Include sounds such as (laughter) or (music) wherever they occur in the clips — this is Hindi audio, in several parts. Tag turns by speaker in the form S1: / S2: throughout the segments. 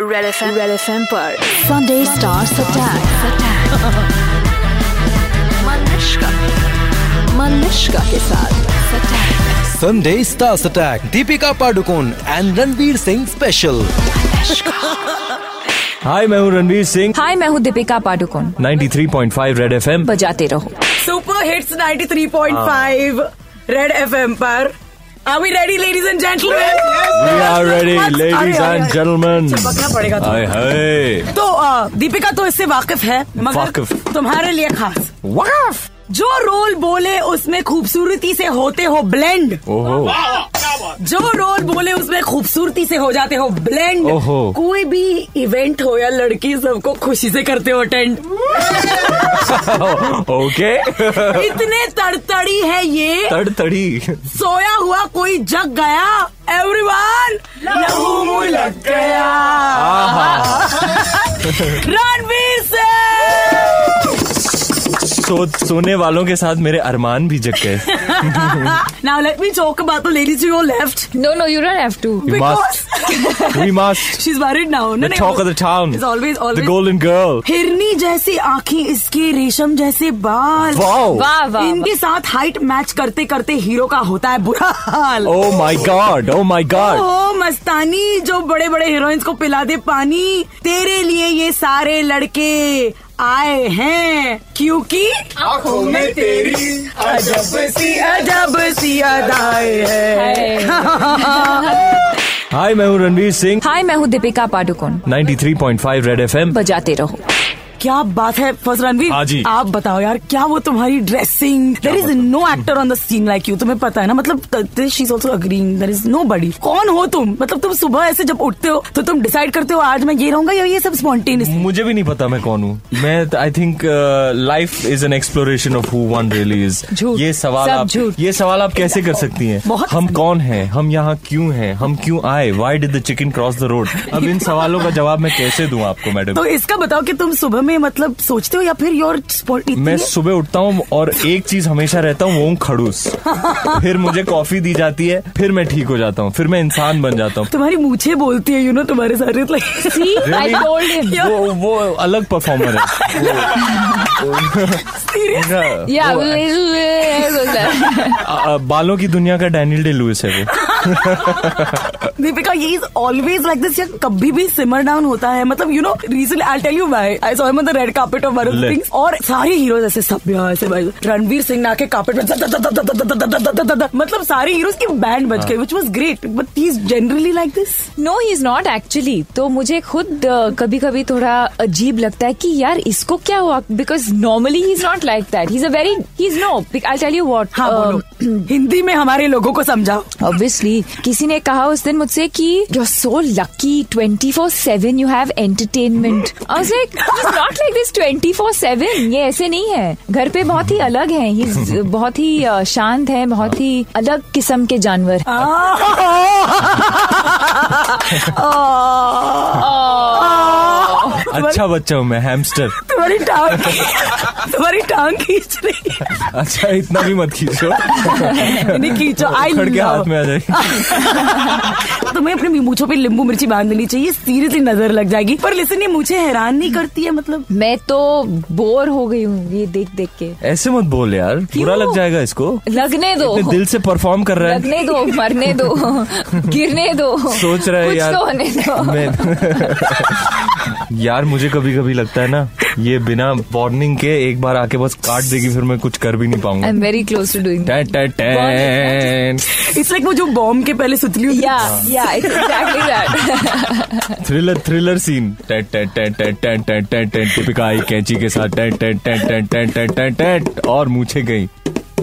S1: Red F M red F M पर Sunday stars attack Manushka Manushka के साथ
S2: Sunday stars attack Deepika Padukone and Ranveer Singh special
S3: hi मैं हूँ रणवीर सिंह
S4: हाय मैं हूँ दीपिका पाडुकोन
S3: 93.5 रेड एफएम
S4: बजाते रहो
S5: super hits 93.5
S3: Ah.
S5: Red FM पर Are we ready, ladies and gentlemen?
S3: We are ready
S5: Let's-
S3: ladies
S5: अरे,
S3: एंड
S5: अरे,
S3: जेंटलमैन
S5: चपकना पड़ेगा तुम्हें।
S3: हाय हाय
S5: तो अ, दीपिका तो इससे वाकिफ है मगर
S3: वाकिफ।
S5: तुम्हारे लिए खास जो रोल बोले उसमें खूबसूरती से होते हो ब्लेंड
S3: ओहो
S5: जो रोल बोले उसमें खूबसूरती से हो जाते हो ब्लेंड
S3: ओहो।
S5: कोई भी इवेंट हो या लड़की सबको खुशी से करते हो अटेंड
S3: (laughs) ओके
S5: इतने तड़तड़ी है ये
S3: तड़तड़ी
S5: सोया हुआ कोई जग गया एवरीवन लहू मुंह लग गया रणवीर सिंह
S3: सो सोने वालों के साथ मेरे अरमान भी जग गए
S5: now let me talk about the ladies you left
S4: no no you don't have to
S3: You must. We must.
S5: She is married now (laughs)
S3: The talk of the town.
S5: Is always
S3: The
S5: always
S3: golden girl.
S5: हिरनी जैसी आंखें इसके रेशम जैसे बाल
S3: Wow.
S4: वाह वाह
S5: इनके साथ हाइट मैच करते करते हीरो का होता है बुरा हाल
S3: Oh my god. Oh my
S5: (laughs)
S3: god.
S5: ओ मस्तानी जो बड़े बड़े हीरोइंस को पिला दे पानी तेरे लिए ये सारे लड़के आए हैं क्योंकि आंखों में तेरी अजब सी अजब सी अदाए है
S3: Hi, मैं हूँ रणवीर सिंह
S4: हाय मैं हूँ दीपिका पाडुकोन
S3: 93.5 रेड एफएम
S4: बजाते रहो
S5: क्या बात है फर्स्ट
S3: हाँ जी।
S5: रणवीर आप बताओ यार क्या वो तुम्हारी dressing there is no actor on the scene like you तुम्हें पता है ना मतलब she is also agreeing there is no buddy कौन हो तुम मतलब तुम सुबह ऐसे जब उठते हो तो तुम डिसाइड करते हो आज मैं ये रहूंगा या ये सब स्पॉन्टेनियस
S3: मुझे भी नहीं पता मैं कौन हूँ मैं uh, I think life is an exploration of who one really is
S4: झूठ।
S3: ये सवाल
S4: सब
S3: आप
S4: झूठ।
S3: ये सवाल आप कैसे कर सकती हैं
S5: बहुत
S3: हम
S5: आसान।
S3: कौन हैं हम यहाँ क्यों हैं हम क्यों आए why did the chicken cross the road अब इन सवालों का जवाब मैं कैसे दूं आपको मैडम
S5: तो इसका बताओ कि तुम सुबह में मतलब सोचते हो या फिर योर
S3: मैं सुबह उठता हूँ और एक चीज हमेशा रहता हूँ वो हूँ खड़ूस फिर मुझे कॉफी दी जाती है फिर मैं ठीक हो जाता हूँ फिर मैं इंसान बन जाता हूँ
S5: तुम्हारी मूछे बोलती है यू नो तुम्हारे सारे like-
S4: आई टोल्ड हिम
S3: वो वो अलग परफॉर्मर है
S5: Serious?
S3: उनका-
S5: Oh,
S4: या
S3: वो-
S4: (laughs)
S3: अ- अ- बालों की दुनिया का डैनियल डे लुइस है वो
S5: दीपिका ये इज ऑलवेज लाइक दिस कभी भी सिमर डाउन होता है मतलब you know reason I tell you why I saw him on the red carpet of Varun
S3: ले।
S5: सिंह और सारे हीरोज ऐसे सभ्य ऐसे भाई रणवीर सिंह ना के कार्पेट में the- the- the- the- the- the- the- the- the- the- the- मतलब सारे हीरोज की बैंड बज गई which was great but he is generally like this
S4: no he is not actually तो मुझे खुद कभी कभी थोड़ा अजीब लगता है कि यार इसको क्या हुआ because normally he is not like that he is a very he is no I tell you what
S5: हाँ बोलो हिंदी में हमारे लोगों को समझाओ
S4: ऑब्वियसली किसी ने कहा उस दिन मुझसे कि you are so lucky twenty four seven you have entertainment not like this twenty four seven ये ऐसे नहीं है घर पे बहुत ही अलग है He's बहुत ही अ, शांत है बहुत ही अलग किस्म के जानवर
S3: हाँ।
S4: है।
S5: हाँ। (laughs)
S4: Oh,
S3: अच्छा बच्चा हूँ मैं हैमस्टर
S5: तुम्हारी टांग (laughs) तुम्हारी टांग खींच रही है
S3: अच्छा इतना भी मत खींचो
S5: (laughs) नहीं खींचो आई
S3: खड़ के हाथ में आ जाए
S5: (laughs) तुम्हें अपने मूछों पे नींबू मिर्ची बांध देनी चाहिए सीरियसली नजर लग जाएगी पर लेकिन ये मुझे हैरान नहीं करती है मतलब
S4: मैं तो बोर हो गई हूँ ये देख देख के
S3: ऐसे मत बोल यार बुरा लग जाएगा इसको
S4: लगने दो
S3: इतने दिल से परफॉर्म कर रहा है
S4: लगने दो मरने दो गिरने दो
S3: सोच रहा है
S4: कुछ
S3: यार
S4: तो होने दो
S3: मैं- यार मुझे कभी कभी लगता है ना ये बिना वार्निंग के एक बार आके बस काट देगी फिर मैं कुछ कर भी नहीं
S4: आई
S3: पाऊंगा
S4: am very close to doing
S3: टैन, टैन, टैन।
S5: इट्स लाइक वो जो बॉम्ब के पहले सुतली होती है।
S4: Yeah yeah exactly that
S3: thriller thriller scene टैन, टैन, टैन, टैन, टैन, टैन, टैन, टैन। दीपिका आई कैंची के साथ टैन, टैन, टैन, टैन, टैन, टैन, टैन, टैन। और मूछे गई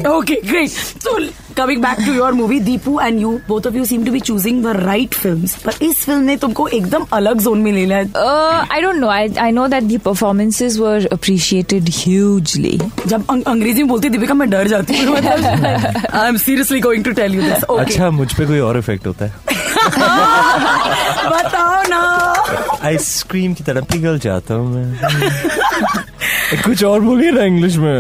S5: Okay, great. So, coming back to your movie, Deepu and you, both of you seem to be choosing the right films. पर इस फिल्म ने तुमको एकदम अलग जोन में ले लिया है
S4: Uh, I don't know. I, I know that the performances were appreciated hugely.
S5: जब अं- अंग्रेजी में बोलती है, दीपिका मैं डर जाती हूँ (laughs) मतलब, I am seriously going to tell you this okay
S3: अच्छा मुझ पे कोई और इफेक्ट होता है
S5: बताओ ना
S3: आइसक्रीम की तरह पिघल जाता हूँ मैं कुछ और बोलिए ना इंग्लिश में